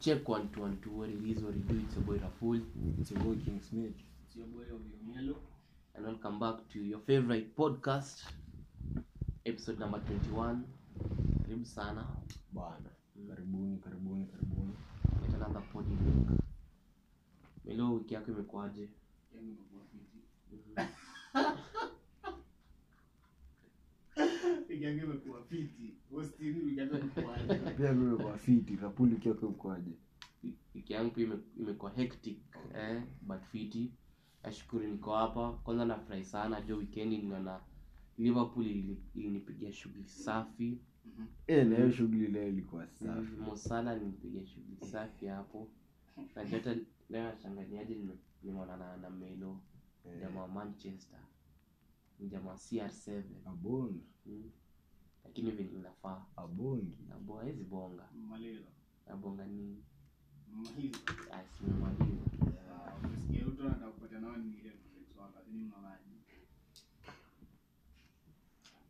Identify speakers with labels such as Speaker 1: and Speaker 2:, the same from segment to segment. Speaker 1: check one to one to what it is, what it do. It's your boy Raful, it's your boy King Smith,
Speaker 2: It's your boy Obiomelo.
Speaker 1: and welcome back to your favorite podcast, episode number 21. Karibu sana
Speaker 2: Bana.
Speaker 3: Mm.
Speaker 2: Karibuni, karibuni, karibuni.
Speaker 1: with another pod link. Melo, wiki yako imekuaje?
Speaker 2: Wiki yangu imekuwa fiti. Hosting wiki yangu imekuwaje?
Speaker 3: pia mimi kwa fiti kapuli kiako mkwaje
Speaker 1: Wiki yangu pia ime- imekuwa hectic eh, but fiti. Nashukuru niko hapa. Kwanza nafurahi sana jo, wikendi niliona Liverpool ili- ilinipigia shughuli safi.
Speaker 3: e, na hiyo shughuli leo ilikuwa
Speaker 2: Mm-hmm.
Speaker 3: safi
Speaker 1: mosala nimpiga shughuli safi hapo najota leo nachanganiaje nimeonana na melo
Speaker 3: Eh.
Speaker 1: jamaa wa manchester Ni jamaa wa cr7
Speaker 3: abongi
Speaker 1: Mm. lakini vile inafaa
Speaker 3: abongi
Speaker 1: nabo hezi bonga
Speaker 2: Malelo.
Speaker 1: nabonga nini
Speaker 2: Mahizi.
Speaker 1: Ah, simemaliza
Speaker 2: Ah, Umesikia utu nataka kupata nao ni ile kutoa kazini mamaji.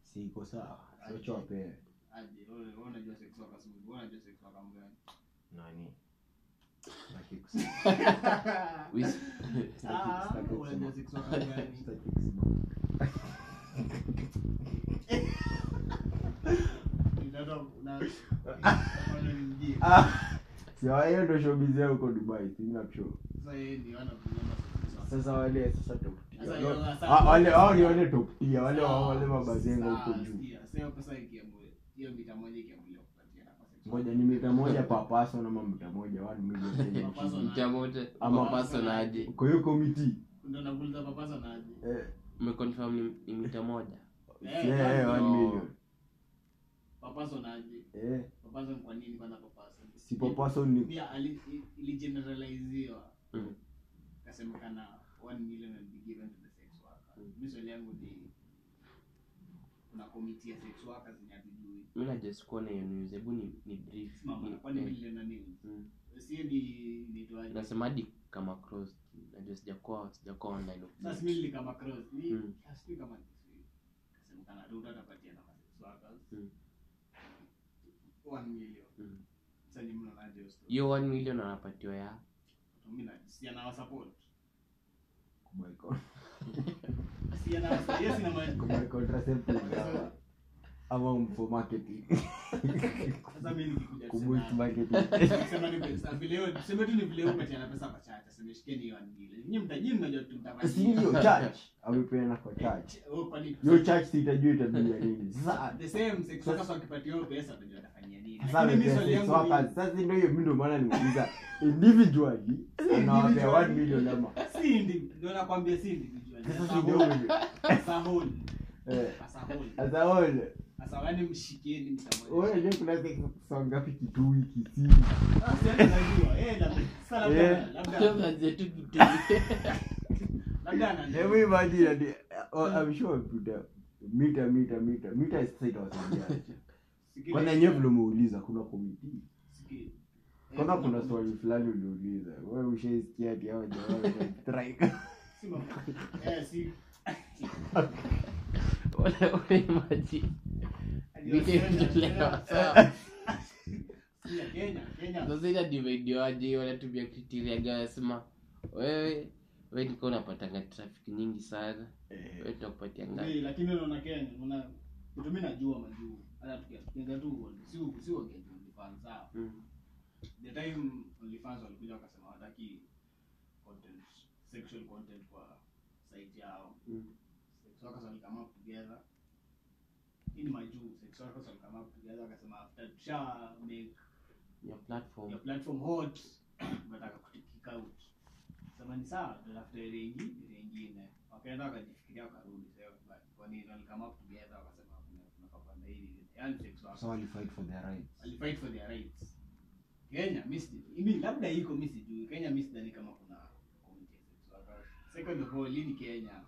Speaker 3: siko sawa socho wapewe
Speaker 2: Aje, wewe wewe unajua sex wako asubuhi, wewe unajua sex wako mgani.
Speaker 3: nani
Speaker 2: Ah, unajua sex wako mgani. Ndio na na mjini.
Speaker 3: siwahiyo ndo showbiz yao huko dubai sinacho
Speaker 2: Sasa yeye ndio anatumia masoko sasa.
Speaker 3: sasa wale sasa top tier.
Speaker 2: Sasa
Speaker 3: No,
Speaker 2: hiyo- sasa-
Speaker 3: ah, wale hao ni wale top tier, wale wa-
Speaker 2: Sawa,
Speaker 3: wale mabazenga huko
Speaker 2: sawa,
Speaker 3: juu
Speaker 2: sikia. Sasa hiyo pesa ikiamue- hiyo mita moja ikiamuliwa kupatia nafasi ya
Speaker 3: ngoja ni mita moja papaso ama mita moja one million
Speaker 2: Kwa
Speaker 3: kenya
Speaker 2: paso
Speaker 3: nchini.
Speaker 2: na-
Speaker 1: mtamote
Speaker 3: Ama-
Speaker 1: amapasonaje
Speaker 3: kwa hiyo komiti
Speaker 2: Ndio nakuuliza papaza na aje.
Speaker 3: eh,
Speaker 1: umeconfirm ni- ni mita moja
Speaker 2: Eh,
Speaker 3: yeah, yeah, one
Speaker 1: no.
Speaker 3: million
Speaker 2: Papaza na aje.
Speaker 3: eh,
Speaker 2: Papaza ni kwa nini kwanza papaza?
Speaker 3: si papaso ni
Speaker 2: Pia ali- i- iligeneraliziwa.
Speaker 1: Mm.
Speaker 2: Kasemekana 1 million will be given to the sex worker. Mimi swali yangu ni kuna komiti ya sex workers zenye hatujui.
Speaker 1: mi najasikuona hiyo news hebu ni, ni brief
Speaker 2: Mama, kwani million na nini?
Speaker 1: Mm.
Speaker 2: Sie ni- ni tuaje?
Speaker 1: nasemadi kama cross najua sijakuwa sijakuwa online
Speaker 2: Sasa mimi ni kama cross. Ni ah,
Speaker 1: Mm.
Speaker 2: sijui kama ni sijui. Kasemekana Ruto atapatia na sex workers.
Speaker 1: Mm.
Speaker 2: 1 million.
Speaker 1: Mm.
Speaker 2: Sasa ni mnaonaje hiyo story?
Speaker 1: hiyo 1 million anapatiwa ya
Speaker 2: Mimi na- si anawasupport.
Speaker 3: Oh Boycott.
Speaker 2: Si anawa- yes, inamaanisha.
Speaker 3: Kwa contraceptive ama- ama mfo marketing
Speaker 2: Sasa mimi nikikuja
Speaker 3: kuboost
Speaker 2: kusema-
Speaker 3: marketing
Speaker 2: kusema ni pesa, vile wewe- tuseme tu ni vile wewe umepatiana pesa kwa chacha, sema shikeni hiyo anile. Nyinyi mta- nyinyi mnajua tu mtafanya nini.
Speaker 3: sindio church amepeana kwa church
Speaker 2: Eh, wewe kwa nini?
Speaker 3: yo church sitajua itabia nini sasa
Speaker 2: The same sex workers wakipatiwa hiyo pesa watajua watafanyia nini.
Speaker 3: sasa
Speaker 2: Lakini mimi
Speaker 3: amepea
Speaker 2: swali
Speaker 3: sex
Speaker 2: yangu ni-
Speaker 3: workers. Sasa ndio hiyo mimi ndio maana nimeuliza individually anawapea 1 million ama
Speaker 2: si ndi- ndio nakwambia si individual.
Speaker 3: sasa
Speaker 2: As a
Speaker 3: sindio
Speaker 2: whole.
Speaker 3: wewe
Speaker 2: As a whole.
Speaker 3: eh
Speaker 2: As a whole.
Speaker 3: as a whole
Speaker 2: As a whole, yaani mshikieni
Speaker 3: wewe
Speaker 2: mtamoja. Ah,
Speaker 3: unajua kuna sex song ngapi kitui kisini
Speaker 2: Sasa yaani najua, eh, labda- sasa labda-
Speaker 3: Eh.
Speaker 2: labda- labda anajua.
Speaker 3: hebu imagine ati oh, I'm sure tuta mita mita mita mita sasa itawasaidia
Speaker 2: Sikiliza.
Speaker 3: kwanza nyewe vile umeuliza kuna komiti
Speaker 2: Sikiliza. Eh,
Speaker 3: kwanza
Speaker 2: kuna-
Speaker 3: kuna swali fulani uliuliza wewe ushaisikia ati hao jamaa wana strike
Speaker 2: si mama- eh, si-
Speaker 1: Nitaielewa.
Speaker 2: Sawa. Si ya Kenya, Kenya.
Speaker 1: sasa ila divaidiwaje wanatumia kriteria gani wanasema wewe we nikuwa unapatanga trafiki nyingi sana
Speaker 3: Eh.
Speaker 1: we tunakupatia
Speaker 2: Ni,
Speaker 1: ngapi
Speaker 2: lakini unaona Kenya, unaona kitu mimi najua majuu. Hata tukia- tukienda tu on- si u- si uongee tu OnlyFans, ah. sawa.
Speaker 1: Mm.
Speaker 2: The time OnlyFans walikuja wakasema hawataki content, sexual content kwa site yao.
Speaker 1: Mm.
Speaker 2: Sex workers walicome up together. Hii ni majuu. Sex workers walicome up together wakasema after tusha make
Speaker 1: Your platform
Speaker 2: your platform hot nataka kukick out sema ni sawa tutatafuta ile ingi- ile ingine wakaenda wakajifikiria wakarudi sasa but kwa nini wali come up together wakasema kuna- kuna kapanda hili yani sex workers
Speaker 3: fight for their rights
Speaker 2: wali fight for their rights Kenya mimi siji- mimi labda iko mimi sijui Kenya mimi sidhani kama kuna committee ya sex workers second of all hii ni Kenya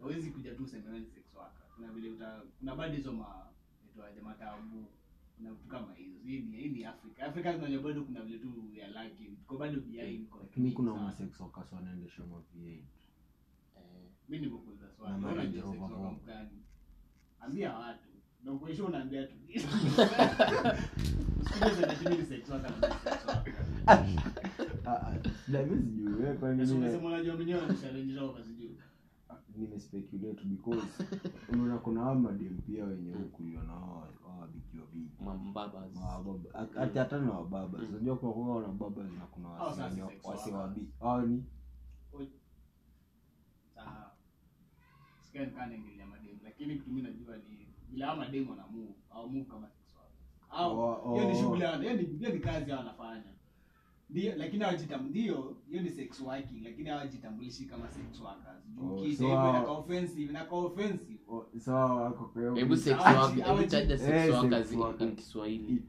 Speaker 2: hawezi kuja tu sema wewe ni sex worker kuna vile uta kuna bado hizo ma itwaje matabu kuna vitu kama hizo hii ni hii ni Africa Africa tunajua bado kuna vile tu ya laki tuko bado
Speaker 3: Eh,
Speaker 2: behind kwa Sawa.
Speaker 3: workers wanaendesha ma V8
Speaker 1: eh,
Speaker 2: mimi nimekuuliza swali
Speaker 3: Na
Speaker 2: wewe
Speaker 3: Range
Speaker 2: unajua sex
Speaker 3: Rover
Speaker 2: worker
Speaker 3: Vogue.
Speaker 2: gani ambia watu na kuisha unaambia tu Siku hizi zinasema ni sex worker na sex worker.
Speaker 3: Ah,
Speaker 2: Sasa umesema unajua mwenyewe mshale njoka sijui.
Speaker 3: nimespekulate Ah, because unaona kuna hao madem pia wenye hukuliwa na hao hao wabiki wabiki
Speaker 1: mambabas
Speaker 3: hata hata na wababa
Speaker 1: Mm.
Speaker 3: unajua kuna kuna wana baba na kuna
Speaker 2: Hao sasa
Speaker 3: wasi-
Speaker 2: sexual
Speaker 3: wasi
Speaker 2: harassment.
Speaker 3: wabiki hao ni
Speaker 2: Sawa. Sikia nikaa naingilia mademu lakini kitu mimi najua ni bila hao mademu wana move au move kama sex worker. Au
Speaker 3: wa-
Speaker 2: hiyo ni
Speaker 3: wa-
Speaker 2: shughuli yao, hiyo ni hiyo ni kazi hao wanafanya. Ndio lakini hawajitamb ndio hiyo ni sex working lakini hawajitambulishi kama sex workers. Juu
Speaker 3: Oh,
Speaker 2: kisha
Speaker 3: so
Speaker 2: hivyo
Speaker 3: hao-
Speaker 2: inakuwa offensive, inakuwa offensive.
Speaker 3: wa- sawa wako kwa hiyo
Speaker 1: hebu sex
Speaker 2: Hawaji-
Speaker 1: work- hebu
Speaker 2: hawaji-
Speaker 1: taja sex
Speaker 3: Eh, sex
Speaker 1: workers in-
Speaker 3: workers.
Speaker 1: in kiswahili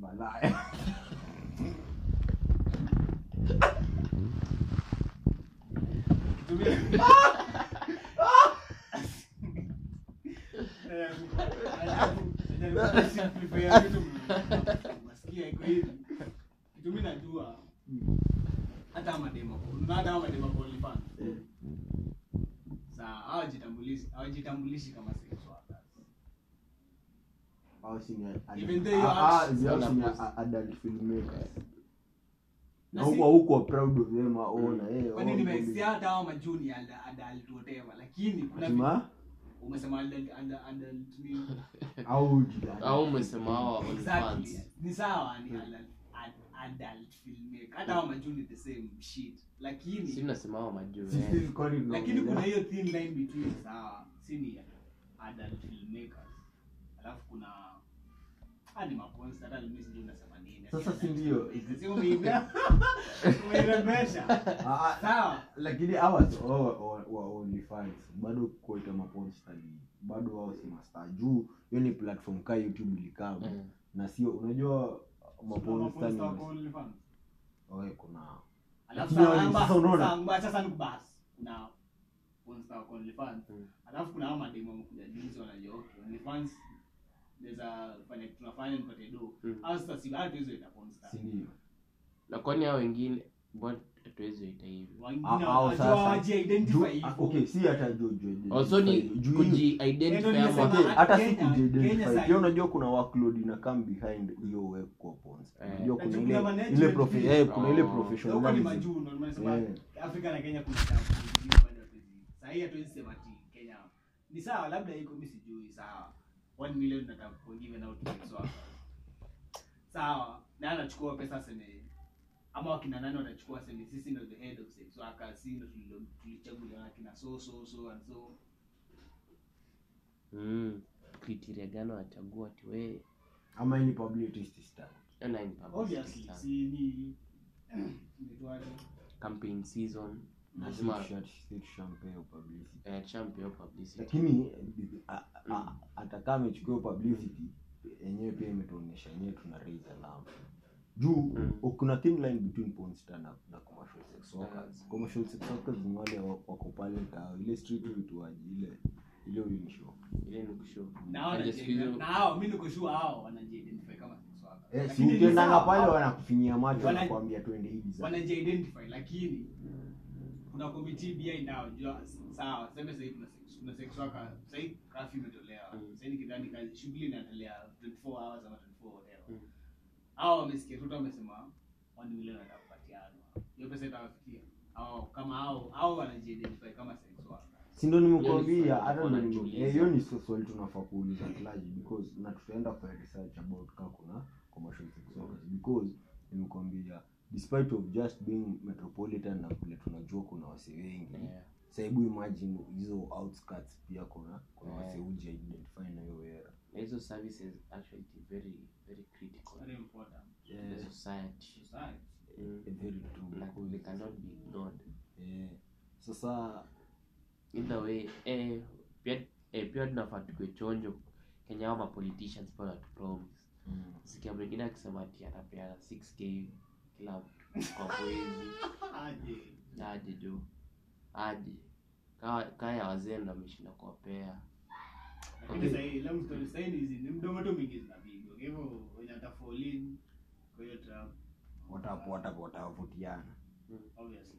Speaker 3: malaya
Speaker 2: Tumia- Ajabu- ajabu kusimplify ya vitu mna- mnasikia iko hivi. Kitu mi najua hata hawa mademo unaona hata hawa mademo kwa OnlyFans. Saa, hawajitambulishi hawajitambulishi kama sex workers.
Speaker 3: au si ni ad-
Speaker 2: Even though you
Speaker 3: ah, ah,
Speaker 2: are-
Speaker 3: they are si ni
Speaker 1: Wanapost.
Speaker 3: a- adult filmmakers na
Speaker 2: Na si- Mm.
Speaker 3: huko huko proud of them aona eh
Speaker 2: Kwani nimesia hata hawa majunior ad- adult whatever, lakini kuna vi-
Speaker 3: Atima,
Speaker 2: umesema adult- adult- adult ni-
Speaker 3: au jida-
Speaker 1: au umesema hawa on
Speaker 2: Exactly.
Speaker 1: fans
Speaker 2: ni sawa ni adult, ad- adult filmmaker hata hawa majuu ni the same shit
Speaker 1: si
Speaker 2: lakini
Speaker 1: mnasema hawa majuu
Speaker 3: Si
Speaker 1: eh.
Speaker 3: sisi kwani tunaongelea-
Speaker 2: lakini kuna hiyo thin line between sawa si ni adult filmmakers alafu kuna ah, ni maponsa hata mimi sijui unasema nini
Speaker 3: Sasa si
Speaker 2: Adult
Speaker 3: ndio.
Speaker 2: filmmakers. Si umeibia- umeirembesha
Speaker 3: Ah, ah,
Speaker 2: sawa
Speaker 3: lakini hawa si- wa- wa- wa OnlyFans, bado kuita maponsta ni bado wao si masta juu hiyo ni platform ka youtube ilikama
Speaker 1: Mm.
Speaker 3: na sio unajua maponsta ni
Speaker 2: Maponsa wako OnlyFans.
Speaker 3: Oe, kuna
Speaker 2: alafu
Speaker 3: Ndio,
Speaker 2: saa-
Speaker 3: sasa
Speaker 2: basi-
Speaker 3: unaona.
Speaker 2: saa- basi- sasa ni basi. kuna Monster wako OnlyFans.
Speaker 1: Mm.
Speaker 2: alafu kuna hao mademu wamekuja juzi wanajua, okay, OnlyFans, naweza fanya kitu nafanya nipate do
Speaker 1: Mm.
Speaker 2: au sasa si bado hizo ita Monster.
Speaker 3: si ndio
Speaker 1: na kwani hao wengine bwana hatuwezi waita hivyo
Speaker 2: wengine
Speaker 3: Ah, au
Speaker 2: wanajua
Speaker 3: sasa.
Speaker 2: hawaji identify
Speaker 3: Juu-
Speaker 2: hivyo.
Speaker 3: ah, okay si hata juu- juu-
Speaker 1: also ni
Speaker 3: juu-
Speaker 2: Ndio
Speaker 1: kuji-identify
Speaker 2: nimesema,
Speaker 1: ama
Speaker 3: Okay, hata si
Speaker 2: Ah, Kenya- Kenya
Speaker 3: kujidentify
Speaker 2: side.
Speaker 3: pia unajua kuna workload ina come behind hiyo we kwa pons
Speaker 1: Eh.
Speaker 3: unajua
Speaker 2: Na
Speaker 3: kuna
Speaker 2: juu
Speaker 3: ile
Speaker 2: kuna management
Speaker 3: ile profe
Speaker 2: pia.
Speaker 3: eh kuna ile
Speaker 1: Oh.
Speaker 2: Na huko ni
Speaker 3: professionalism
Speaker 2: majuu ndio nimesema
Speaker 3: Eh.
Speaker 2: Afrika na Kenya kuna tabu hiyo bado hatuwezi- saa hii hatuwezi sema ati Kenya ni sawa labda iko mimi sijui sawa 1 million nataka kugive na utu sex workers. sawa na anachukua pesa seme ama wakina nani wanachukua seme sisi ndio the head of sex workers sisi ndio tulilo- tulichaguliwa na kina so so so and so
Speaker 1: Mm. kriteria gani wanachagua ati we
Speaker 3: ama any publicity stuff
Speaker 1: Tena ni publicity
Speaker 2: obviously
Speaker 1: sana.
Speaker 2: si ni inaitwaje?
Speaker 1: campaign season
Speaker 3: na si
Speaker 1: Lazima-
Speaker 3: shirt si champagne au publicity
Speaker 1: eh, champion publicity
Speaker 3: lakini a-
Speaker 1: Mm.
Speaker 3: a- hata kama ichukue publicity yenyewe pia imetuonyesha yenyewe tuna raise alarm juu
Speaker 1: Mm.
Speaker 3: o- kuna thin line between pornstar na, na commercial sex workers
Speaker 1: Mm.
Speaker 3: commercial sex workers ni wale wa- wako pale ka ile street vituaji ile ile ulinishow
Speaker 1: ile ni kushow
Speaker 2: na hao wanaji- na hao mimi niko sure hao wanajiidentify kama sex workers.
Speaker 3: Eh, si
Speaker 2: Lakini ni
Speaker 3: ukiendanga
Speaker 2: sawa,
Speaker 3: pale
Speaker 2: hao-
Speaker 3: wanakufinyia macho
Speaker 2: Wana-
Speaker 3: wanakuambia twende hivi sasa
Speaker 2: wanajiidentify lakini
Speaker 1: Mm-hmm.
Speaker 2: kuna komiti bia inayojua sawa seme sahii kuna sex- kuna sex worker sahii kafi imetolewa
Speaker 1: Mm.
Speaker 2: sahii nikidhani kazi shughuli inaendelea 24 hours ama 24 whatever
Speaker 1: Mm.
Speaker 2: hao wamesikia tuta wamesema wani milioni atakupatiana hiyo pesa itawafikia au kama hao hao wanajiidentify kama sex worker
Speaker 3: si ndo
Speaker 1: Hiyo ni
Speaker 3: nimekuambia
Speaker 1: swali
Speaker 3: hata ndo nime-
Speaker 1: wanajiuliza.
Speaker 3: eh, hiyo ni swa- swali tunafaa kuuliza klaji because na tutaenda kwa research about ka kuna commercial sex workers because nimekuambia despite of just being metropolitan na kule tunajua kuna wase wengi
Speaker 1: Yeah.
Speaker 3: sahibu imagine hizo outskirts pia kuna kuna
Speaker 1: Yeah.
Speaker 3: wase uji identify na hiyo era
Speaker 1: na hizo services actually ni very very critical
Speaker 2: very important
Speaker 1: in the society Mm.
Speaker 2: society
Speaker 3: Eh, very true
Speaker 1: na
Speaker 3: because,
Speaker 1: they cannot be ignored
Speaker 3: eh, sasa
Speaker 1: either way eh, pia eh, pia tunafaa tukwe chonjo kenya ama politicians pia watu promise
Speaker 3: mm.
Speaker 1: sikia mwingine akisema ati anapeana 6k kila mtu kwa mwezi
Speaker 2: aje
Speaker 1: aje jo aje Ka- kaya wazee ndo ameshinda kuwapea Mm.
Speaker 2: lakini sahii long story sahii ni hizi ni mdomo tu mingi zinapigwa kwa hivyo wenye atafolin kwa hiyo trap
Speaker 3: watapo watapo watavutiana
Speaker 2: obviously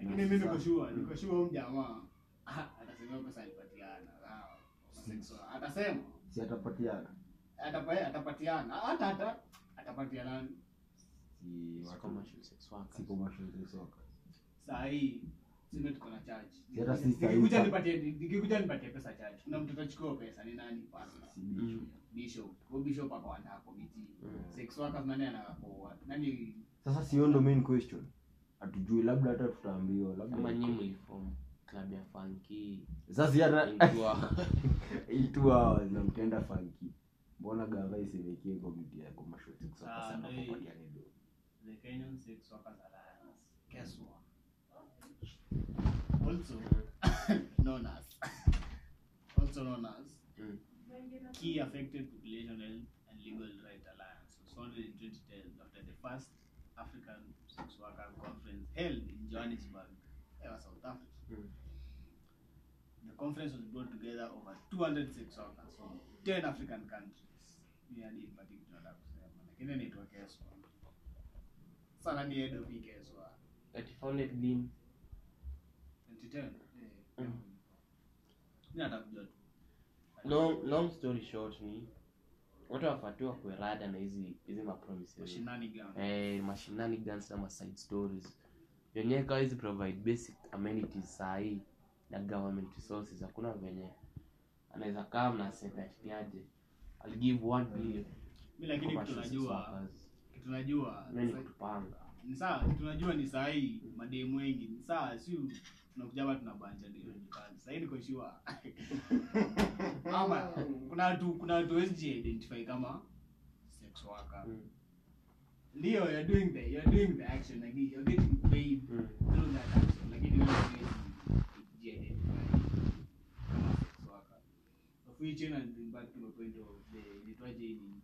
Speaker 2: lakini mimi niko sure niko sure huyu jamaa ah, atasema hiyo pesa alipatiana sawa. Sexual. atasema
Speaker 3: si atapatiana
Speaker 2: Atapa- atapatiana hata hata atapatiana
Speaker 3: si
Speaker 1: Si
Speaker 3: watu
Speaker 1: commercial sex
Speaker 3: si
Speaker 1: workers.
Speaker 3: commercial sex workers.
Speaker 2: saa hii tuseme tuko na charge
Speaker 3: Si hata si saa hii.
Speaker 2: nikikuja nipatie nikikuja nipatie pesa charge kuna mtu atachukua pesa ni nani Pastor.
Speaker 3: Si bicho.
Speaker 2: bishop kwa bishop ako under committee
Speaker 1: Mm.
Speaker 2: sex workers nani anakoa nani
Speaker 3: sasa sio ndo main question hatujui labda hata tutaambiwa
Speaker 1: kama
Speaker 3: labda
Speaker 1: nyinyi mliform club ya funky
Speaker 3: sasa si hata
Speaker 1: ilikuwa
Speaker 3: two hours na mtenda funky mbona gava isemekie komiti ya commercial sex workers
Speaker 2: Ah,
Speaker 3: anapopatia
Speaker 2: hey.
Speaker 3: nido?
Speaker 2: the Kenyan Sex Workers Alliance. Guess what? Also known as, also known as
Speaker 1: Mm.
Speaker 2: Key Affected Population Health and Legal Right Alliance was founded in 2010 after the first African Sex Worker Conference held in Johannesburg, ever South Africa.
Speaker 1: Mm.
Speaker 2: The conference was brought together over 200 sex workers from 10 African countries. Yani ipati tunataka kusema, lakini inaitwa Keswa. Sana ni head of hii Keswa.
Speaker 1: that founded lin
Speaker 2: 2010. Eh.
Speaker 1: Mm. Eh.
Speaker 2: Mimi nataka kujua tu.
Speaker 1: long, long story short ni watu wafatiwa kuerada na hizi hizi mapromises
Speaker 2: Mashinani gani?
Speaker 1: eh, mashinani guns ama side stories yenyewe kama hizi provide basic amenities sahii na government resources hakuna venye anaweza kaa na sekatiniaje I'll give one billion
Speaker 2: Mimi lakini kitu
Speaker 1: commercial sex
Speaker 2: najua,
Speaker 1: workers.
Speaker 2: kitu najua
Speaker 1: Mimi ni
Speaker 2: sa-
Speaker 1: kutupanga
Speaker 2: ni sawa, kitu najua ni saa hii mademu wengi ni sawa, si tunakuja hapa tunabanja ndio kazi. Sasa hii niko sure. Ama kuna watu kuna watu wezi identify kama sex worker.
Speaker 1: Mm,
Speaker 2: Ndio you're doing the you're doing the action like you're getting paid.
Speaker 1: mm.
Speaker 2: through that action, lakini wewe huwezi kujiidentified kama sex worker. Of which you and bring back to my point of the inaitwaje hii ni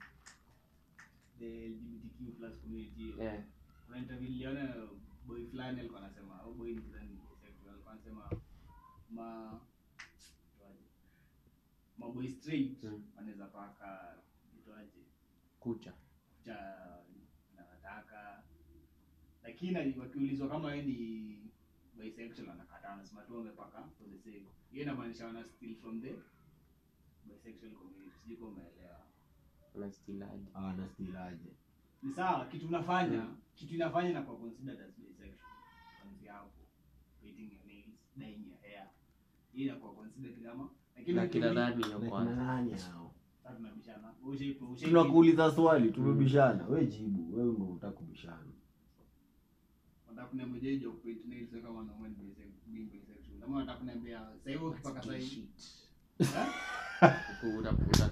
Speaker 2: the LGBTQ plus community.
Speaker 1: Eh,
Speaker 2: Kuna interview niliona boy fulani alikuwa anasema au boy fulani sexual alikuwa anasema ma inaitwaje? maboy straight
Speaker 1: Mm.
Speaker 2: wanaweza paka inaitwaje
Speaker 1: kucha
Speaker 2: cha nataka lakini ali- wakiulizwa kama yeye ni bisexual anakataa anasema tu amepaka for the sake hiyo inamaanisha wana steal from the bisexual community sijui kama umeelewa
Speaker 1: nastilaji
Speaker 3: Ah, na stilaje
Speaker 2: ni sawa kitu unafanya kitu inafanya na kwa considered as bisexual kuanzia hapo painting your nails dyeing your hair hiyo inakuwa considered kama lakini
Speaker 1: na kina
Speaker 2: ukimi-
Speaker 1: nani hiyo
Speaker 3: Na
Speaker 1: kwanza
Speaker 3: kina nani hao
Speaker 2: Sasa tunabishana Ushai- ushai-
Speaker 3: tunakuuliza
Speaker 2: Mm.
Speaker 3: swali tumebishana we jibu wewe ndo utaka kubishana
Speaker 2: Nataka kuniambia je, joke paint nails kama wanaume ni bise- ni bisexual. Ama nataka kuniambia sasa hivi ukipaka sasa hivi. Eh?
Speaker 1: Uku- uta- uta-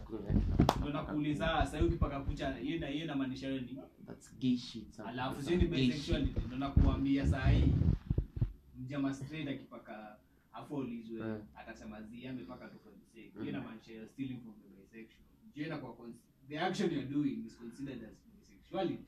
Speaker 2: Ndio nakuuliza sasa hivi ukipaka kucha hiyo ina hiyo inamaanisha wewe ni.
Speaker 1: That's gay shit, something.
Speaker 2: Alafu
Speaker 1: That's
Speaker 2: sio ni
Speaker 1: gay
Speaker 2: bisexual
Speaker 1: shit.
Speaker 2: ndio nakuambia sasa hii. Mjama straight akipaka afu ulizwe
Speaker 1: Eh.
Speaker 2: atasema zi amepaka tu for the sake.
Speaker 1: Mm.
Speaker 2: Hiyo inamaanisha you're stealing from the bisexual. Je, na kwa cons- the action you're doing is considered as bisexuality.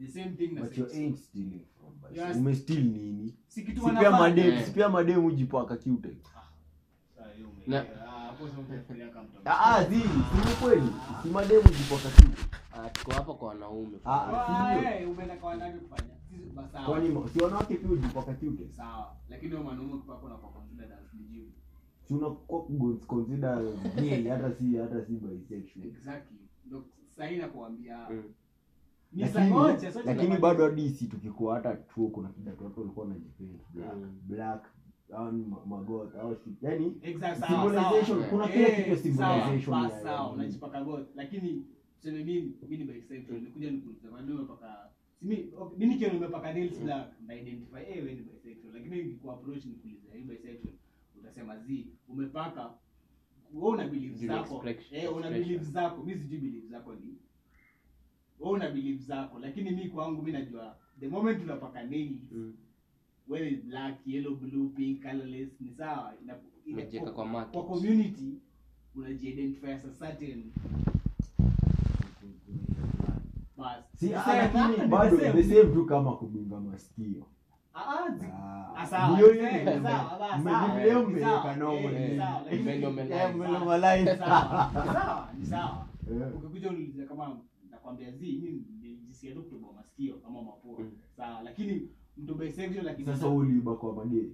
Speaker 2: The same thing na
Speaker 3: But you
Speaker 2: sex.
Speaker 3: ain't stealing from us.
Speaker 2: Yes.
Speaker 3: umestil nini
Speaker 2: Si kitu
Speaker 3: sipia
Speaker 2: wanafanya.
Speaker 3: mademu
Speaker 1: Eh.
Speaker 3: sipia mademu jipaka kiute
Speaker 2: Sasa hiyo ume-
Speaker 1: Na-
Speaker 2: Ah, hapo sasa utafikiria kama mtu-
Speaker 3: Ah, zi, si ukweli. Si mademu jipaka kiute.
Speaker 1: Ah, tuko hapa kwa wanaume
Speaker 3: Ah.
Speaker 2: Wa-
Speaker 3: Ndio.
Speaker 2: eh, umeenda kwa wanawake kufanya. Sisi- ba- sawa.
Speaker 3: Kwani ma- si wanawake pia hujipaka kiute?
Speaker 2: Sawa. Lakini wewe mwanaume ukipakwa unakuwa considered as bijou.
Speaker 3: Si unakuwa kugo- consider gay hata si hata si bisexual.
Speaker 2: Exactly. Ndio sasa hii nakuambia.
Speaker 1: Mm.
Speaker 2: Ni saa moja,
Speaker 3: Lakini
Speaker 2: sote
Speaker 3: lakini
Speaker 2: tunafanya-
Speaker 3: bado hadi si tukikuwa hata chuo kuna kida watu walikuwa wanajipenda black
Speaker 1: Mm.
Speaker 3: black au ni ma- magoth au Yaani, si yani
Speaker 2: Exact, sawa,
Speaker 3: symbolization
Speaker 2: sawa.
Speaker 3: kuna
Speaker 2: Eh,
Speaker 3: kile kitu
Speaker 2: sawa,
Speaker 3: symbolization
Speaker 2: ba-
Speaker 3: ya-
Speaker 2: sawa,
Speaker 3: ya-
Speaker 2: unajipaka goth. Lakini tuseme mimi mimi ni bisexual. Nikuja nikuulize, kwa nini umepaka Si mi- okay, mimi nikiona umepaka nails
Speaker 1: Mm.
Speaker 2: black, na identify, eh, wewe ni bisexual. Lakini ningekuwa approach nikuulize, eh, bisexual, utasema zi umepaka wewe una beliefs
Speaker 1: Zile
Speaker 2: zako
Speaker 1: expression-
Speaker 2: eh una
Speaker 1: expression.
Speaker 2: beliefs zako mimi sijui beliefs zako ni wewe una beliefs zako lakini mimi kwangu mimi najua the moment unapaka nails
Speaker 1: Mm.
Speaker 2: wewe black yellow blue pink colorless ni sawa ina, ina-
Speaker 1: Umejiweka kwa market.
Speaker 2: kwa community unajiidentify as a certain bas
Speaker 3: si
Speaker 2: Ni
Speaker 3: ah,
Speaker 2: sawa,
Speaker 3: lakini
Speaker 2: ni
Speaker 3: bado
Speaker 2: the same.
Speaker 3: the same tu kama kubinga masikio
Speaker 2: Ah, ah, zi-
Speaker 3: Ah,
Speaker 2: ah, sawa,
Speaker 3: hiyo
Speaker 2: eh,
Speaker 3: hiyo
Speaker 2: sawa, sawa,
Speaker 3: mme-
Speaker 2: sawa,
Speaker 3: leo
Speaker 2: eh,
Speaker 3: mmeweka
Speaker 2: sawa,
Speaker 3: normal,
Speaker 2: eh,
Speaker 3: eh.
Speaker 2: sawa, lakini-
Speaker 1: Mme normalize.
Speaker 2: eh, mme
Speaker 1: Sawa.
Speaker 2: normalize.
Speaker 3: Sawa.
Speaker 2: Ni sawa, ni sawa
Speaker 3: Eh.
Speaker 2: ukikuja uniulize kama nakwambia zi mimi nilijisikia tu kutoboa masikio kama mapua
Speaker 1: Mm.
Speaker 2: sawa lakini mtu bisexual lakini
Speaker 3: sasa uliiba kwa magei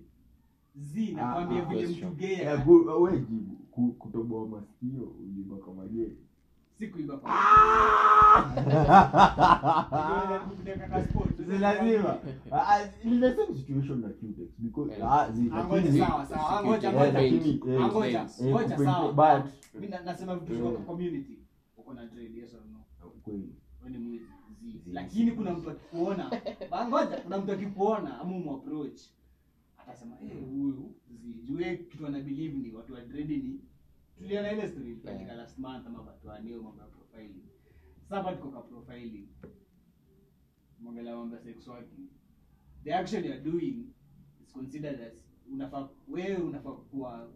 Speaker 2: zi nakwambia
Speaker 3: Ah,
Speaker 2: vile
Speaker 3: Eh,
Speaker 1: question.
Speaker 2: mtu gay ana-
Speaker 3: wejibu kutoboa masikio uliiba kwa magei
Speaker 2: si kuiba kwa- Kuteka ka sports.
Speaker 3: Si lazima Ah, ah, in the same situation na Q-Tex, because
Speaker 1: Yeah.
Speaker 3: ah, zi-
Speaker 2: Ah, ngoja,
Speaker 3: lakini-
Speaker 2: sawa, sawa, ngoja,
Speaker 3: Eh,
Speaker 2: ngoja.
Speaker 3: lakini, eh,
Speaker 2: Ah, ngoja,
Speaker 1: eh,
Speaker 2: ngoja,
Speaker 3: kupe-
Speaker 2: sawa.
Speaker 3: but-
Speaker 2: Mimi na- nasema vitu kwa
Speaker 3: Eh.
Speaker 2: community uko na dread yes or no
Speaker 3: kweli
Speaker 2: Wewe ni mwizi zi. lakini kuna mtu akikuona Ba- ngoja kuna mtu akikuona ama umapproach atasema eh huyu zi jue kitu ana believe ni watu wa dread ni tuliona ile story ilifanyika
Speaker 1: Yeah.
Speaker 2: last month ama watu wa leo mambo ya profiling sasa hapa tuko kwa profiling mwangalia mambo ya sex working the action you are doing is considered as unafaa wewe unafaa kuwa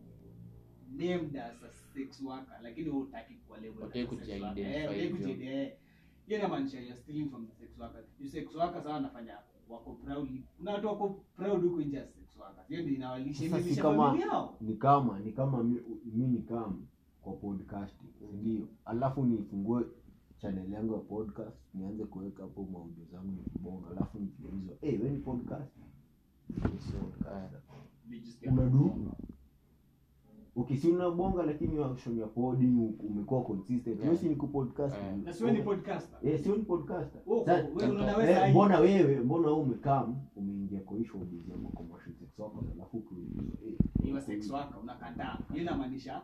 Speaker 2: named as a sex worker lakini wewe hutaki kuwa labeled
Speaker 1: Hutaki
Speaker 2: as a sex
Speaker 1: kuji-
Speaker 2: worker.
Speaker 1: identify
Speaker 2: Eh, hutaki
Speaker 1: hivyo.
Speaker 2: kuji- eh. hiyo inamaanisha you are stealing from the sex worker you sex worker sawa anafanya wako proud kuna watu wako proud huko nje ya sex worker hiyo ndio inawalisha
Speaker 3: Sasa si
Speaker 2: inalisha
Speaker 3: kama-
Speaker 2: familia yao
Speaker 3: ni kama ni kama mi mi ni kama kwa podcasting sindio alafu nifungue chaneli yangu ya podcast nianze kuweka hapo maudio zangu nikibonga alafu nikiulizwa hey, we ni podcast "Mimi sio
Speaker 1: eh.
Speaker 3: podcaster."
Speaker 2: Umejisikia
Speaker 3: unadu ukisi unabonga lakini action ya podi umekuwa consistent
Speaker 1: Yeah.
Speaker 3: yeah. ni kupodcast
Speaker 1: Yeah.
Speaker 2: na siwe ni podcaster
Speaker 3: Eh, sio ni podcaster.
Speaker 2: Wewe uko-
Speaker 3: Sa-
Speaker 2: wewe unaona
Speaker 3: Eh,
Speaker 2: wewe sahi.
Speaker 3: mbona wewe mbona wewe umekam umeingia kwa hii showbiz ya commercial sex workers alafu ukiulizwa, "Eh,
Speaker 2: ni wa sex worker unakataa hiyo inamaanisha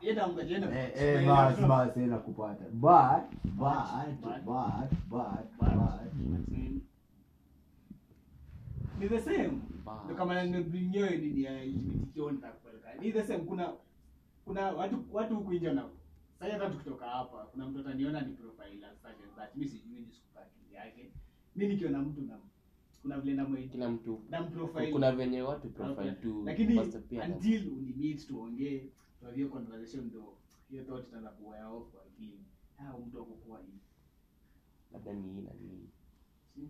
Speaker 2: hiyo inaonge- hiyo ina-
Speaker 3: Eh, eh, bas, bas, eh, nakupata but but but but but
Speaker 2: ni the same
Speaker 1: Ba-
Speaker 2: Ndio kama nimebrinyewe ni ya LGBTQ nitakupeleka ni the same kuna kuna watu watu huku nje na sasa hata tukitoka hapa kuna mtu ataniona ni profile as such and that mimi sijui ni siku yake mimi nikiona mtu na kuna vile na
Speaker 1: kila mtu
Speaker 2: na mprofile
Speaker 1: kuna venye watu profile tu
Speaker 2: lakini
Speaker 1: pastor pia ana-
Speaker 2: until unimit tuongee tuavie conversation ndo hiyo thought itaanza kuwaya off kwa akili Ah, huyu mtu akukuwa hivi
Speaker 1: labda ni hii na ni hii.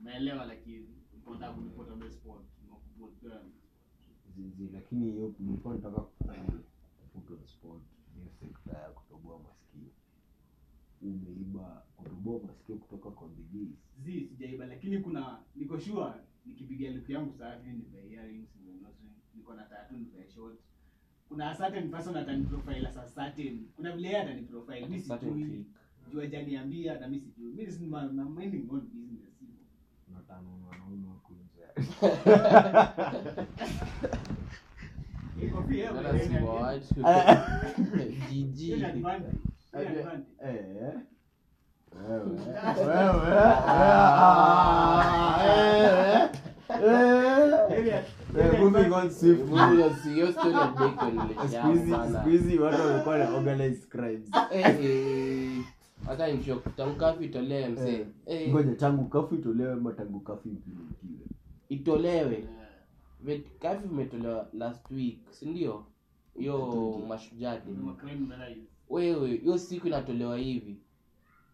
Speaker 2: umeelewa lakini mpota kunipota on the spot nimekupotea.
Speaker 3: Zi- zi- lakini hiyo nilikuwa nataka ku- put on spot hiyo sekta ya kutoboa masikio umeiba kutoboa masikio kutoka kwa bigis
Speaker 2: Zii, sijaiba lakini kuna niko sure nikipiga lip yangu safi nivae earrings nivae nose ring, niko na tattoo nivae shorts kuna a certain person atani profile as a certain kuna vile yeye atani profile mimi
Speaker 1: Certain
Speaker 2: sijui
Speaker 1: click.
Speaker 2: juu hajaniambia na mimi sijui mimi si- ma- na minding my own business hivyo
Speaker 3: natanua wanaume wakunja
Speaker 2: Iko eh, pia,
Speaker 1: Wala si
Speaker 2: yani,
Speaker 1: wa watu. Jiji.
Speaker 2: hiyo ni advantage, hiyo ni advantage.
Speaker 3: Eh, wewe, wewe, ah, eh, eh.
Speaker 2: Hiyo ni- hiyo ni
Speaker 3: Eh, moving
Speaker 2: advantage.
Speaker 3: on swiftly.
Speaker 1: Hiyo si- hiyo story ya Drake waniletea
Speaker 3: Siku hizi-
Speaker 1: bana.
Speaker 3: siku hizi watu wamekuwa na organized crimes
Speaker 1: Eh, eh. hata nishio kutamka afu itolewe msee
Speaker 3: Eh, ngoja tangu kafu itolewe ama tangu kafu implementiwe
Speaker 1: itolewe
Speaker 2: Eh,
Speaker 1: Vet- kafi imetolewa last week sindio hiyo
Speaker 3: Tungi.
Speaker 1: mashujadi
Speaker 2: ni ma-criminalized.
Speaker 1: wewe hiyo siku inatolewa hivi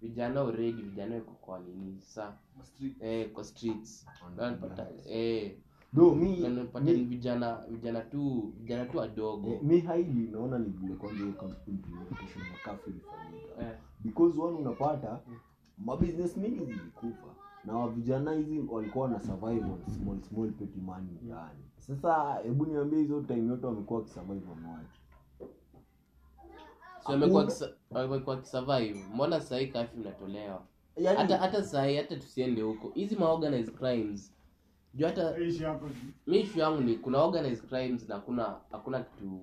Speaker 1: vijana already vijana wako kwa nini sa
Speaker 2: Ma-street.
Speaker 1: eh, kwa streets
Speaker 3: On
Speaker 1: Na
Speaker 3: the
Speaker 1: unapata-
Speaker 3: grounds.
Speaker 1: eh,
Speaker 3: do mi
Speaker 1: na unapata ni
Speaker 3: mi-
Speaker 1: vijana vijana tu vijana tu wadogo
Speaker 3: eh, mi haili naona ni vile kwanza hiyo kafu implementation ya kafu ilifanyika
Speaker 1: Eh,
Speaker 3: because one unapata mabusiness mingi zilikufa na wa vijana hizi walikuwa wana survive on small small petty money mtaani sasa hebu niambie hizo time yote wamekuwa wakisurvive on what
Speaker 1: so wamekuwa kisa- wamekuwa kisurvive mbona sahii kafi mnatolewa
Speaker 3: Yaani-
Speaker 1: hata hata sahii hata tusiende huko hizi maorganized crimes juu hata
Speaker 2: Ishi hapo ni-
Speaker 1: mi issue yangu ni kuna organized crimes na hakuna hakuna kitu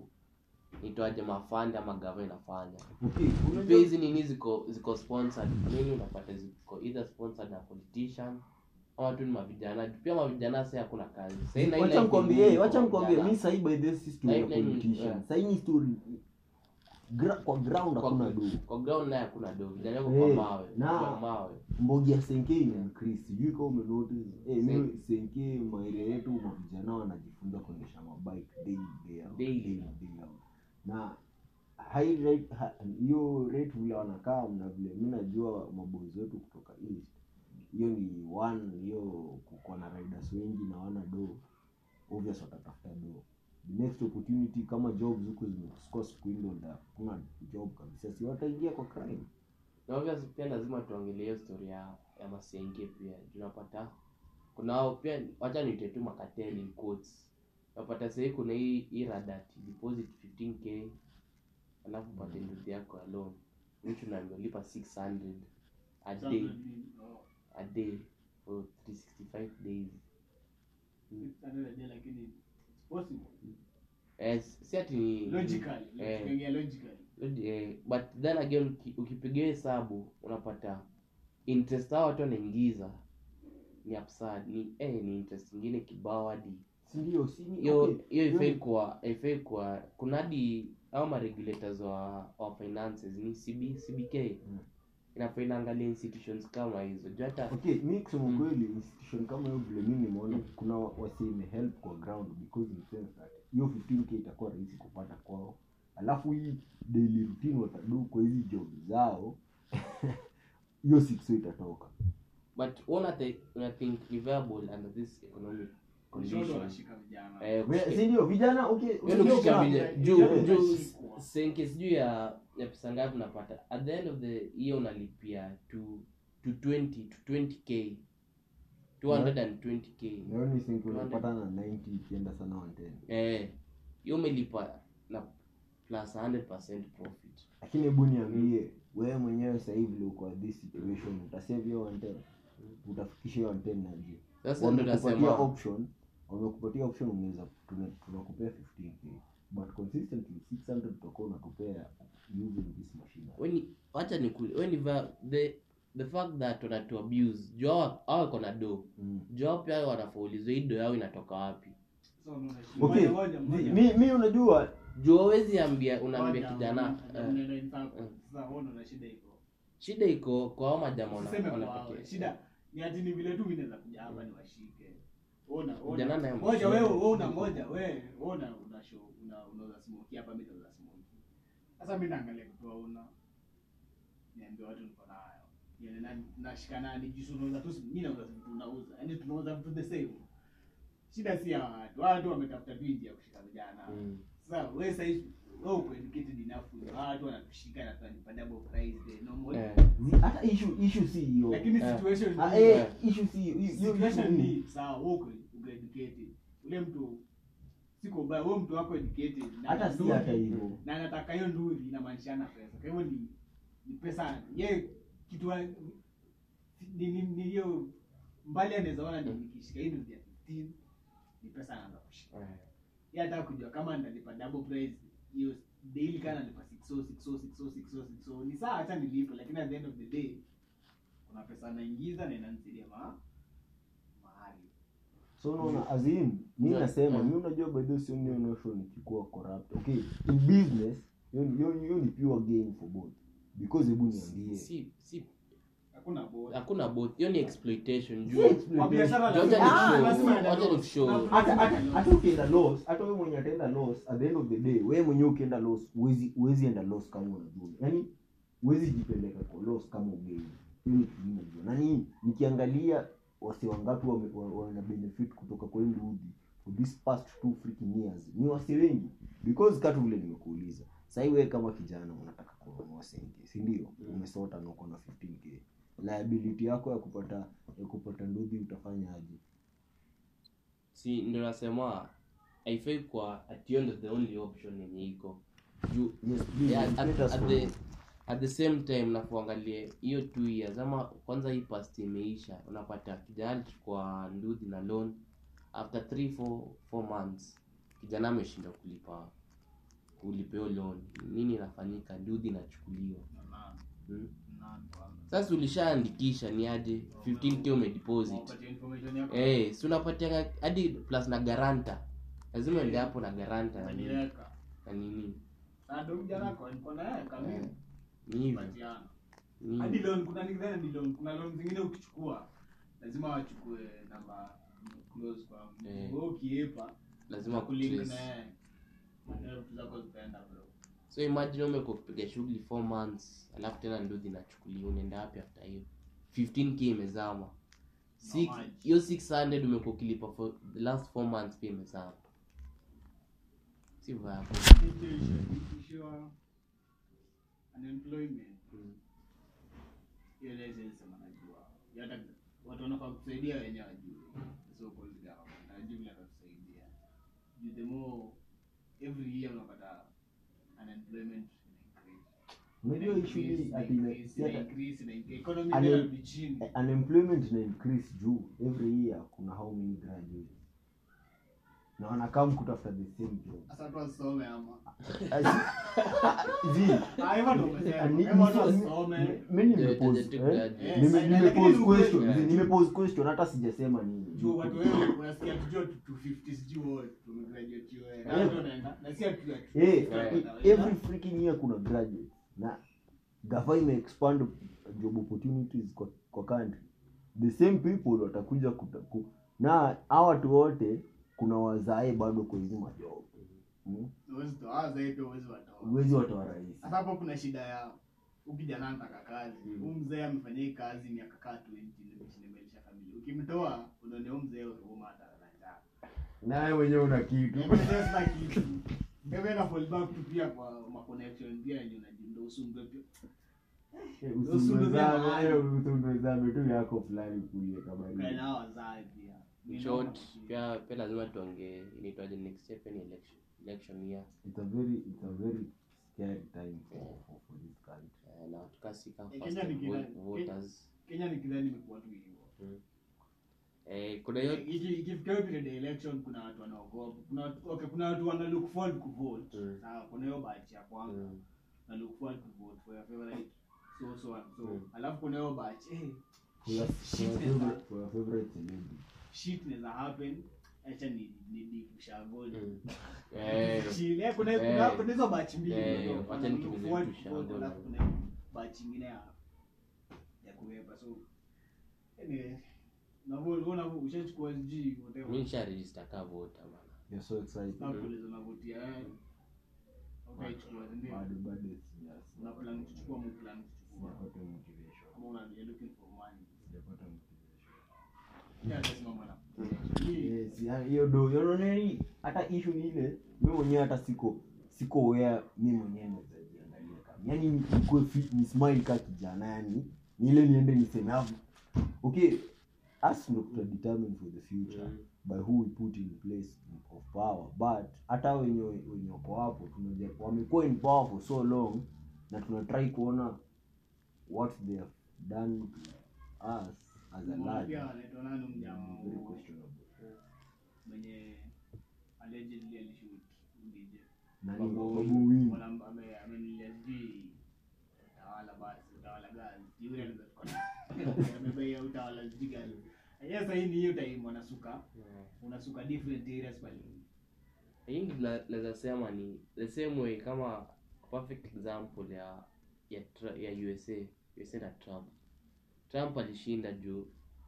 Speaker 1: nitoaje mafandi ama gava inafanya
Speaker 3: Okay,
Speaker 1: Pia
Speaker 3: unajua-
Speaker 1: hizi nini ziko ziko sponsored nini unapata ziko either sponsored na politician ama tu ni mavijana pia mavijana sasa hakuna kazi sasa hii na Yaani, hii
Speaker 3: wacha
Speaker 1: life
Speaker 3: nikwambie eh,
Speaker 1: ngumu
Speaker 3: wacha
Speaker 1: kwa
Speaker 3: nikwambie
Speaker 1: vijana.
Speaker 3: mi sahi by the way, si story ya
Speaker 1: Nine, nine,
Speaker 3: politician
Speaker 1: yeah.
Speaker 3: sahi ni story gra, kwa ground hakuna du
Speaker 1: kwa, kwa ground naye hakuna do vijana wako
Speaker 3: Eh,
Speaker 1: kwa mawe
Speaker 3: na-
Speaker 1: kwa mawe
Speaker 3: mbogi ya senke imeincrease sijui kama umenotice eh mimi senke maeneo yetu ma vijana wanajifunza kuendesha mabike daily day out,
Speaker 1: Daily.
Speaker 3: daily day out. na high rate ha- hiyo rate vile wanakaa na vile mi najua mabozi wetu kutoka east hiyo ni one hiyo kuko na riders wengi na wana do obvious watatafuta do the next opportunity kama jobs huko zimekuwa swindled up, hakuna job kabisa si wataingia kwa crime
Speaker 1: na obvious pia lazima tuangalie hiyo story ya ya masenge pia tunapata kuna hao pia wacha niite tu makateli in quotes unapata sahii kuna hii hii radati deposit 15k alafu upate ndugu yako alone which unalipa 600 a day
Speaker 2: Sasa
Speaker 1: a day for 365 days Mm.
Speaker 2: ndio ndio lakini it's possible.
Speaker 1: eh, si ati ni-
Speaker 2: Logically,
Speaker 1: eh,
Speaker 2: tukiongea logically.
Speaker 1: eh, but then again uki- ukipigia hesabu unapata interest hao watu wanaingiza ni absurd ni eh, ni interest ingine kibao hadi
Speaker 3: sindio sini
Speaker 1: hiyo hiyo ifai kwa ifai kwa kuna hadi au maregulators wa, wa finances ni CB, cbk
Speaker 3: Mm.
Speaker 1: inafaa inaangalia institutions kama hizo juu hata
Speaker 3: okay mi kusema
Speaker 1: Mm.
Speaker 3: kweli institution kama hiyo vile mi nimeona
Speaker 1: Mm.
Speaker 3: kuna wase imehelp kwa ground because in sense that hiyo 15k itakuwa rahisi kupata kwao alafu hii daily routine watadu kwa hizi job zao hiyo sikso itatoka
Speaker 1: but una the una think ni viable under this economic
Speaker 2: Kushoto
Speaker 1: condition
Speaker 2: wanashika vijana.
Speaker 1: eh,
Speaker 3: We-
Speaker 1: kushika-
Speaker 3: si ndio vijana okay
Speaker 1: Yaani ukishika
Speaker 3: unajua-
Speaker 1: vile-
Speaker 2: Jana-
Speaker 1: juu
Speaker 3: yaani
Speaker 2: jana
Speaker 1: juu
Speaker 2: nashikwa.
Speaker 1: senke sijui ya ya pesa ngapi unapata at the end of the year unalipia to to 20 to 20k 220k
Speaker 3: Yaani think unapata na 90 ikienda sana 110
Speaker 1: eh hiyo umelipa na plus 100% profit
Speaker 3: lakini hebu niambie wewe mwenyewe sasa hivi uko at this situation utasave hiyo 110 utafikisha hiyo 110 na je
Speaker 1: sasa ndo
Speaker 3: wamekupatia
Speaker 1: nasema
Speaker 3: option wamekupatia option unaweza tuna- tunakupea 15k but consistently 600 tutakuwa unatupea using this machine
Speaker 1: weni acha nikuli weni va the the fact that wanatu abuse jua hao wako na do
Speaker 3: mm.
Speaker 1: jua pia wanafaulizwa hii do yao inatoka wapi
Speaker 2: Sasa unashikwa.
Speaker 3: okay
Speaker 2: Moja, moja,
Speaker 3: mi,
Speaker 2: moja.
Speaker 3: mi- mi unajua
Speaker 1: jua huwezi ambia unaambia
Speaker 2: Moja,
Speaker 1: kijana
Speaker 2: moja,
Speaker 1: eh,
Speaker 2: unaenda in fact.
Speaker 1: eh.
Speaker 2: Sasa wewe ndo una shida hivyo.
Speaker 1: shida iko kwa hao majama wana-
Speaker 2: Usiseme kwao.
Speaker 1: wanapokea.
Speaker 2: Shida ni ati ni vile tu mimi naweza kuja hapa niwashike. Ona, ona.
Speaker 1: Kijana naye
Speaker 2: Moja
Speaker 1: mshike.
Speaker 2: wewe, wewe una moja, wewe ona una show, una unaweza smoke hapa mimi naweza smoke. Sasa mimi naangalia kwa una. Niambia watu niko nayo. Yale na nashika nani jisu unauza tu mimi nauza vitu unauza. Yaani tunauza vitu the same. Shida si ya watu. Watu wametafuta tu njia ya kushika vijana.
Speaker 1: Mm.
Speaker 2: Sasa wewe sasa hivi wewe uko educated enough. Watu wanatushika na tunalipanda double price there. No more.
Speaker 1: Eh.
Speaker 3: zi- hata issue issue si hiyo
Speaker 2: Lakini
Speaker 1: Eh.
Speaker 2: situation
Speaker 3: Ah,
Speaker 2: ni-
Speaker 3: eh, issue si hiyo- hiyo-
Speaker 2: situation
Speaker 3: hiyo-
Speaker 2: ni sawa wewe uko uko educated ule mtu siko baya wewe mtu wako educated na
Speaker 3: hata
Speaker 2: ana
Speaker 3: si
Speaker 2: nduri,
Speaker 3: hata hivyo
Speaker 2: na anataka hiyo nduri inamaanishana pesa kwa hivyo ni ni pesa ye kitu wa- ni ni ni hiyo mbali anaweza ona ni nikishika hii nduri ya 15 ni pesa anaanza kushika
Speaker 1: Eh.
Speaker 2: yeye anataka kujua kama nitalipa double price hiyo daily kana nilipa 60 60 60 60 60 ni sawa hata nilipo lakini at the end of the day kuna pesa naingiza na inanisaidia ma mahali
Speaker 3: so unaona azim mi
Speaker 1: Yeah.
Speaker 3: nasema
Speaker 1: Yeah.
Speaker 3: mi unajua by the same name notion nikikuwa corrupt okay in business hiyo ni- hiyo ni- hiyo ni pure gain for both because hebu niambie
Speaker 1: Si- si-
Speaker 2: hakuna bora
Speaker 1: hakuna both hiyo ni exploitation
Speaker 3: Si
Speaker 1: juu
Speaker 2: Kwa biashara
Speaker 3: exploitation.
Speaker 1: Jojo ni
Speaker 3: Ah,
Speaker 1: show.
Speaker 3: lazima
Speaker 2: ina
Speaker 1: Jojo ni
Speaker 2: loss.
Speaker 1: show.
Speaker 2: Na-
Speaker 3: hata hata- hata ukienda loss hata wewe mwenye ataenda loss at the end of the day wewe mwenyewe ukienda loss huwezi huwezi enda loss kama unajua yani huwezi jipeleka kwa loss kama ugeni hiyo ni kitu ninajua na nini nikiangalia wase wangapi wame- wa- wana benefit kutoka kwa hii ludhi for this past two freaking years ni wase wengi because katu vile nimekuuliza sahii wewe kama kijana unataka kununua senke si ndio
Speaker 1: Mm.
Speaker 3: umesota na uko na 15k liability yako ya kupata ya kupata ndudhi utafanya aje
Speaker 1: si ndo nasema haifai kwa at the end of the only option yenye iko juu
Speaker 3: Yes, please,
Speaker 1: yeah, at,
Speaker 3: educate us
Speaker 1: at
Speaker 3: on
Speaker 1: the
Speaker 3: this.
Speaker 1: at the same time nakuangalia hiyo two years ama kwanza hii past imeisha unapata kijana alichukua ndudhi na loan after three four, four months kijana ameshinda kulipa kulipa hiyo loan nini inafanyika ndudhi inachukuliwa hmm? sasa ulishaandikisha ni aje 15k umedeposit
Speaker 2: Wapatie information yako.
Speaker 1: Eh, si unapatianga hadi plus na garanta lazima uende hapo na garanta na nini
Speaker 2: Utajiweka.
Speaker 1: na nini
Speaker 2: Na ndio kijana wako, niko na yeye kamili.
Speaker 1: Eh, ni hivyo
Speaker 2: Patiana.
Speaker 1: ni
Speaker 2: Hadi
Speaker 1: hivyo.
Speaker 2: loan, kuna ningine ni loan, kuna loan zingine ukichukua lazima wachukue namba close kwa mtu.
Speaker 1: Eh.
Speaker 2: Wewe ukiepa
Speaker 1: lazima
Speaker 2: kulink na
Speaker 1: kutrace.
Speaker 2: yeye. Maneno vitu zako zitaenda bro.
Speaker 1: so imagine umekuwa kupiga shughuli 4 months alafu tena nduthi inachukuliwa unaenda wapi after hiyo 15k imezama Six-
Speaker 2: maji.
Speaker 1: hiyo 600 umekuwa ukilipa for the last 4 months pia imezama si vaya
Speaker 2: Hiyo issue- issue ya unemployment.
Speaker 1: Mm.
Speaker 2: Hiyo ndio siwezi sema najua. Hiyo hata watu wanafaa kutusaidia wenyewe wajue. So called government hawajui vile watatusaidia. Juu the more every year unapata unemployment
Speaker 3: unajua issue ni ati ime- si ata- Ane-
Speaker 2: anaekonomichini
Speaker 3: unemployment ina increase juu every year kuna how many graduates na wanakam kutafuta the same job
Speaker 2: sasa tu asome ama
Speaker 3: Zee,
Speaker 2: Ah, Eva ndo umesema.
Speaker 3: Eh, Ni-
Speaker 2: Eva ndo
Speaker 3: ni-
Speaker 2: asome.
Speaker 3: mi nime
Speaker 1: Yeah, tuje
Speaker 3: pose,
Speaker 1: tu
Speaker 3: eh,
Speaker 1: graduate.
Speaker 3: nime-
Speaker 2: Yeah,
Speaker 3: nime
Speaker 2: lakini
Speaker 3: pose
Speaker 2: ni
Speaker 3: question,
Speaker 2: ukweli,
Speaker 3: zee,
Speaker 2: eh.
Speaker 3: nime pose question, hata sijasema nini
Speaker 2: juu watu wewe unasikia tujua tu- tu 50 sijui wewe tumegraduate wewe. Na
Speaker 3: Eh.
Speaker 2: ndio naenda. Nasikia tu tu-
Speaker 3: Eh,
Speaker 1: Yeah.
Speaker 3: i- every freaking year kuna graduate na gafa imeexpand job opportunities kwa, kwa country the same people watakuja kutaku na hawa watu wote kuna wazae bado kwa hizi majob Mm.
Speaker 2: huwezi toa, hawa zaidi pia huwezi watoa.
Speaker 3: huwezi watoa rahisi
Speaker 2: Sasa hapo kuna shida ya huyu kijana anataka kazi.
Speaker 1: Mm.
Speaker 2: Huyu mzee amefanya hii kazi miaka kaa 20 ndio ameshinda familia. Ukimtoa unaona huyu mzee huruma hata anataka.
Speaker 3: naye mwenyewe una kitu
Speaker 2: Mimi sasa kitu. Mimi na fall back tu pia kwa ma connection pia yenye unajinda usumbe pia.
Speaker 3: usundwezame eh, tu yako fulani kuie kama
Speaker 2: Kae
Speaker 3: hiyo.
Speaker 2: na hawa wazazi pia. Mimi
Speaker 1: short
Speaker 2: naona-
Speaker 1: pia pia lazima tuongee inaitwaje next year pia ni election election year
Speaker 3: It's a very- it's a very scary time for- for- for this country.
Speaker 1: Eh, na tukasi kama
Speaker 2: Eh,
Speaker 1: first
Speaker 2: Kenya ni
Speaker 1: time
Speaker 2: kila-
Speaker 1: vo- voters
Speaker 2: Kenya ni kidhani imekuwa tu hivyo.
Speaker 1: eh kuna hiyo
Speaker 2: Iki- ikifikia period ya election kuna watu wanaogopa kuna watu, okay, kuna watu wana look forward to vote
Speaker 1: Mm.
Speaker 2: sawa kuna hiyo batch ya kwanza
Speaker 1: Mm.
Speaker 2: na look forward to vote for your favorite so so and so
Speaker 1: Mm.
Speaker 2: alafu kuna hiyo batch eh
Speaker 3: For your- for your
Speaker 2: Shit,
Speaker 3: favorite- for your favorite celebrity.
Speaker 2: shit inaweza happen acha ni ni dikusha goal
Speaker 1: Mm. Eh,
Speaker 2: Chill, eh, kuna
Speaker 1: Eh.
Speaker 2: kuna kuna hizo batch mbili
Speaker 1: Eh,
Speaker 2: ndio,
Speaker 1: wacha
Speaker 2: wana
Speaker 1: nikimalize
Speaker 2: look forward
Speaker 1: dikusha
Speaker 2: to vote
Speaker 1: goal.
Speaker 2: alafu kuna batch nyingine ya ya kuwepa so anyway na wewe unaona ushachukua SG whatever
Speaker 1: mi nisha register ka voter bana
Speaker 3: You're so excited.
Speaker 2: Na kuuliza unavutia, eh. Ukaichukua, si ndio?
Speaker 3: Bado- bado sija-
Speaker 2: Una plan kuchukua, mu plan kuchukua.
Speaker 3: sijapata motivation.
Speaker 2: Kama una- you're looking for money.
Speaker 3: Sijapata motivation.
Speaker 2: Yeye anasema bwana,
Speaker 1: Eh,
Speaker 2: hii-
Speaker 3: Yes, ya- hiyo do yononeni hata ishu ile mi mwenyewe hata siko siko wea mi mwenyewe nazajiangalia kama Yaani yani nikue nismile ka kijana yani niile niende niseme hapo okay us ndo tuta determine for the future
Speaker 1: Mm.
Speaker 3: by who we put in place of power but hata wenye wenye wako hapo tunaja- wamekuwa in power for so long na tuna try kuona what they have done to us as a
Speaker 2: umeona
Speaker 3: large
Speaker 2: pia anaitwa nani huyu jamaa
Speaker 3: Very
Speaker 2: huyu
Speaker 3: questionable.
Speaker 2: mwenye allegedly alishoot huyu DJ?
Speaker 3: Nani
Speaker 2: Babu-
Speaker 3: Babu Wini?
Speaker 2: mwana- ame- amenilia sijui utawala basi, utawala gani, sijui yule anaweza kuwa- amebaia utawala sijui gani. Yes, hii ni hiyo time wanasuka
Speaker 1: Eh.
Speaker 2: unasuka different areas pale
Speaker 1: hii naweza sema ni the same way kama perfect example ya ya, Tru- ya usa usa na trump trump alishinda juu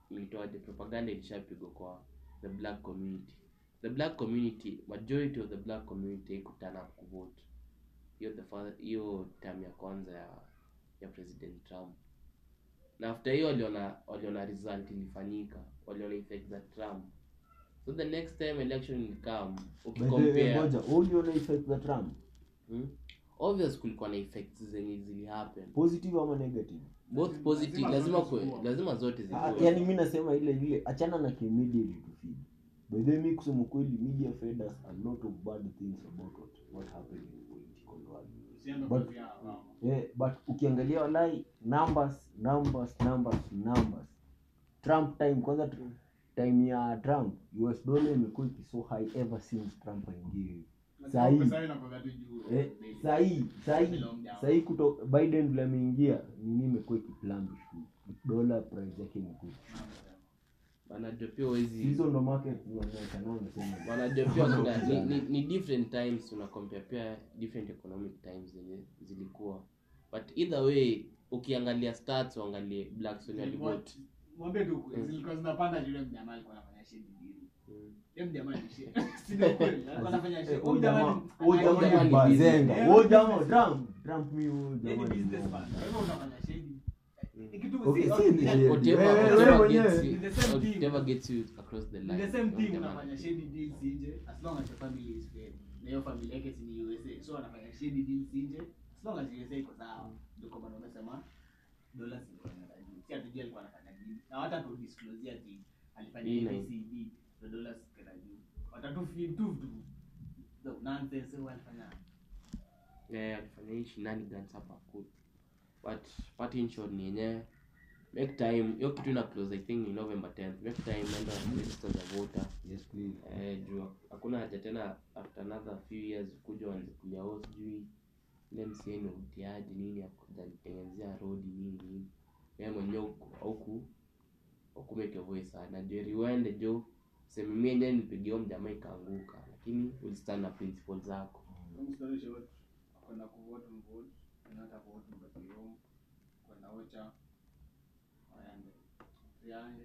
Speaker 1: ilitoaje propaganda ilishapigwa kwa the black community the black community majority of the black community haikutana kuvote hiyo the fir- hiyo term ya kwanza ya ya president trump na after hiyo waliona waliona result ilifanyika waliona effect za trump so the next time election will come
Speaker 3: By the way,
Speaker 1: ukicompare
Speaker 3: ngoja, uliona effect za Trump?
Speaker 1: Hmm? obvious kulikuwa na effects zenye zilihappen
Speaker 3: positive ama negative
Speaker 1: both
Speaker 2: Lazima-
Speaker 1: positive
Speaker 2: lazima
Speaker 1: lazima
Speaker 2: zote
Speaker 1: kwe,
Speaker 2: zikuwe.
Speaker 1: lazima zote
Speaker 3: Ah,
Speaker 1: zikuwe
Speaker 3: yani mi nasema ile ile achana na kimediate tufid bedhe mi kusema kweli media fed us a lot of bad things about what, what happened in political world
Speaker 2: Usiende
Speaker 3: But-
Speaker 2: kwa vya mama.
Speaker 3: eh, but ukiangalia walai numbers numbers numbers numbers trump time kwanza tr- time ya trump us dollar imekuwa ikiso high ever since trump aingie Sahi. Eh, sahii sahii sahii kuto biden vile ameingia nini imekuwa ikiplambish dola price yake imekuwa
Speaker 1: wanajua pia wezi
Speaker 3: hizo ndo market wanaonekana wamesema
Speaker 1: wanajua pia kuna ni, ni, ni different times una compare pia different economic times zenye zilikuwa but either way ukiangalia stats uangalie blacks wenye walivote
Speaker 2: mwambie tu ukweli,
Speaker 1: Mm.
Speaker 2: zilikuwa zinapanda juu yule mjamaa alikuwa anafanya shit deal.
Speaker 1: Hmm.
Speaker 2: Yule mjamaa ni shit. Si ndio kweli, alikuwa anafanya shit.
Speaker 3: Eh,
Speaker 2: Huyu
Speaker 3: huyu jamaa-
Speaker 2: jamaa
Speaker 3: huyu
Speaker 2: anaelewa
Speaker 1: ni
Speaker 3: jamaa ni
Speaker 2: nini.
Speaker 3: bazenga.
Speaker 2: business.
Speaker 3: Huyu jamaa- Trump- Trump mi huyu
Speaker 2: Yeye ni
Speaker 3: jamaa ni
Speaker 2: businessman.
Speaker 3: mwongo.
Speaker 2: Kwa hivyo unafanya shit. Ni kitu-
Speaker 3: Eh. Okay,
Speaker 2: si-
Speaker 3: si ni
Speaker 2: ni-
Speaker 3: shit.
Speaker 1: Whatever-
Speaker 3: Wewe- wewe
Speaker 1: whatever
Speaker 3: mwenyewe.
Speaker 1: gets you-
Speaker 2: Ni the same thing.
Speaker 1: whatever gets you across the
Speaker 2: ni
Speaker 1: line.
Speaker 2: the same thing
Speaker 1: Whatever.
Speaker 2: unafanya shady deals nje as long as your family is fair. Na hiyo family yake si ni USA. So anafanya shady deals nje as long as USA iko sawa. Ndio kwa maana umesema dola ziko zinaenda juu. Si atujui alikuwa anafanya nini. Na hata tu disclose ati alifanya
Speaker 1: Hii
Speaker 2: hivi
Speaker 1: ni-
Speaker 2: CD ndio dola zikaenda juu. Watatu feel tu tu. No, nonsense huwa alifanya.
Speaker 1: Eh, alifanya hii shenanigans hapa ku- but party in short ni yenyewe make time hiyo kitu ina close i think ni november 10th make time enda register za voter
Speaker 3: yes please
Speaker 1: eh, juu hak- hakuna haja tena after another few years kuja wanzikulia o sijui ile msee ni mtiaji nini ajanitengenezea rodi nini nini ye mwenyewe auku aukumeke voice sana jeriwende jo semimi yenyewe nipigio mjamaa ikaanguka lakini ulistana principle zako
Speaker 2: Mstari short, kwenda kuvote mvote, kwenda hata kuvote mbaki room, kwenda ocha, waende, yaani,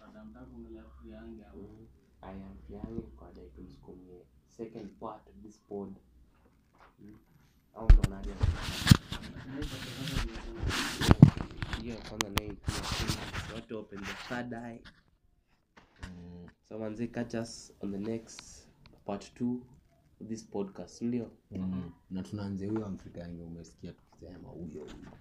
Speaker 2: madamtaka mla kuyange hapo.
Speaker 1: I am Yanni Kwada iTunes kwenye second part of this pod. Mm. Au mnaonaje? Hiyo ya kwanza nayo ikiwa kuna watu open the third eye. So manze catch us on the next part 2 of this podcast, ndio?
Speaker 3: Mm-hmm. na tunaanze huyo amfrika yange umesikia tukisema huyo huyo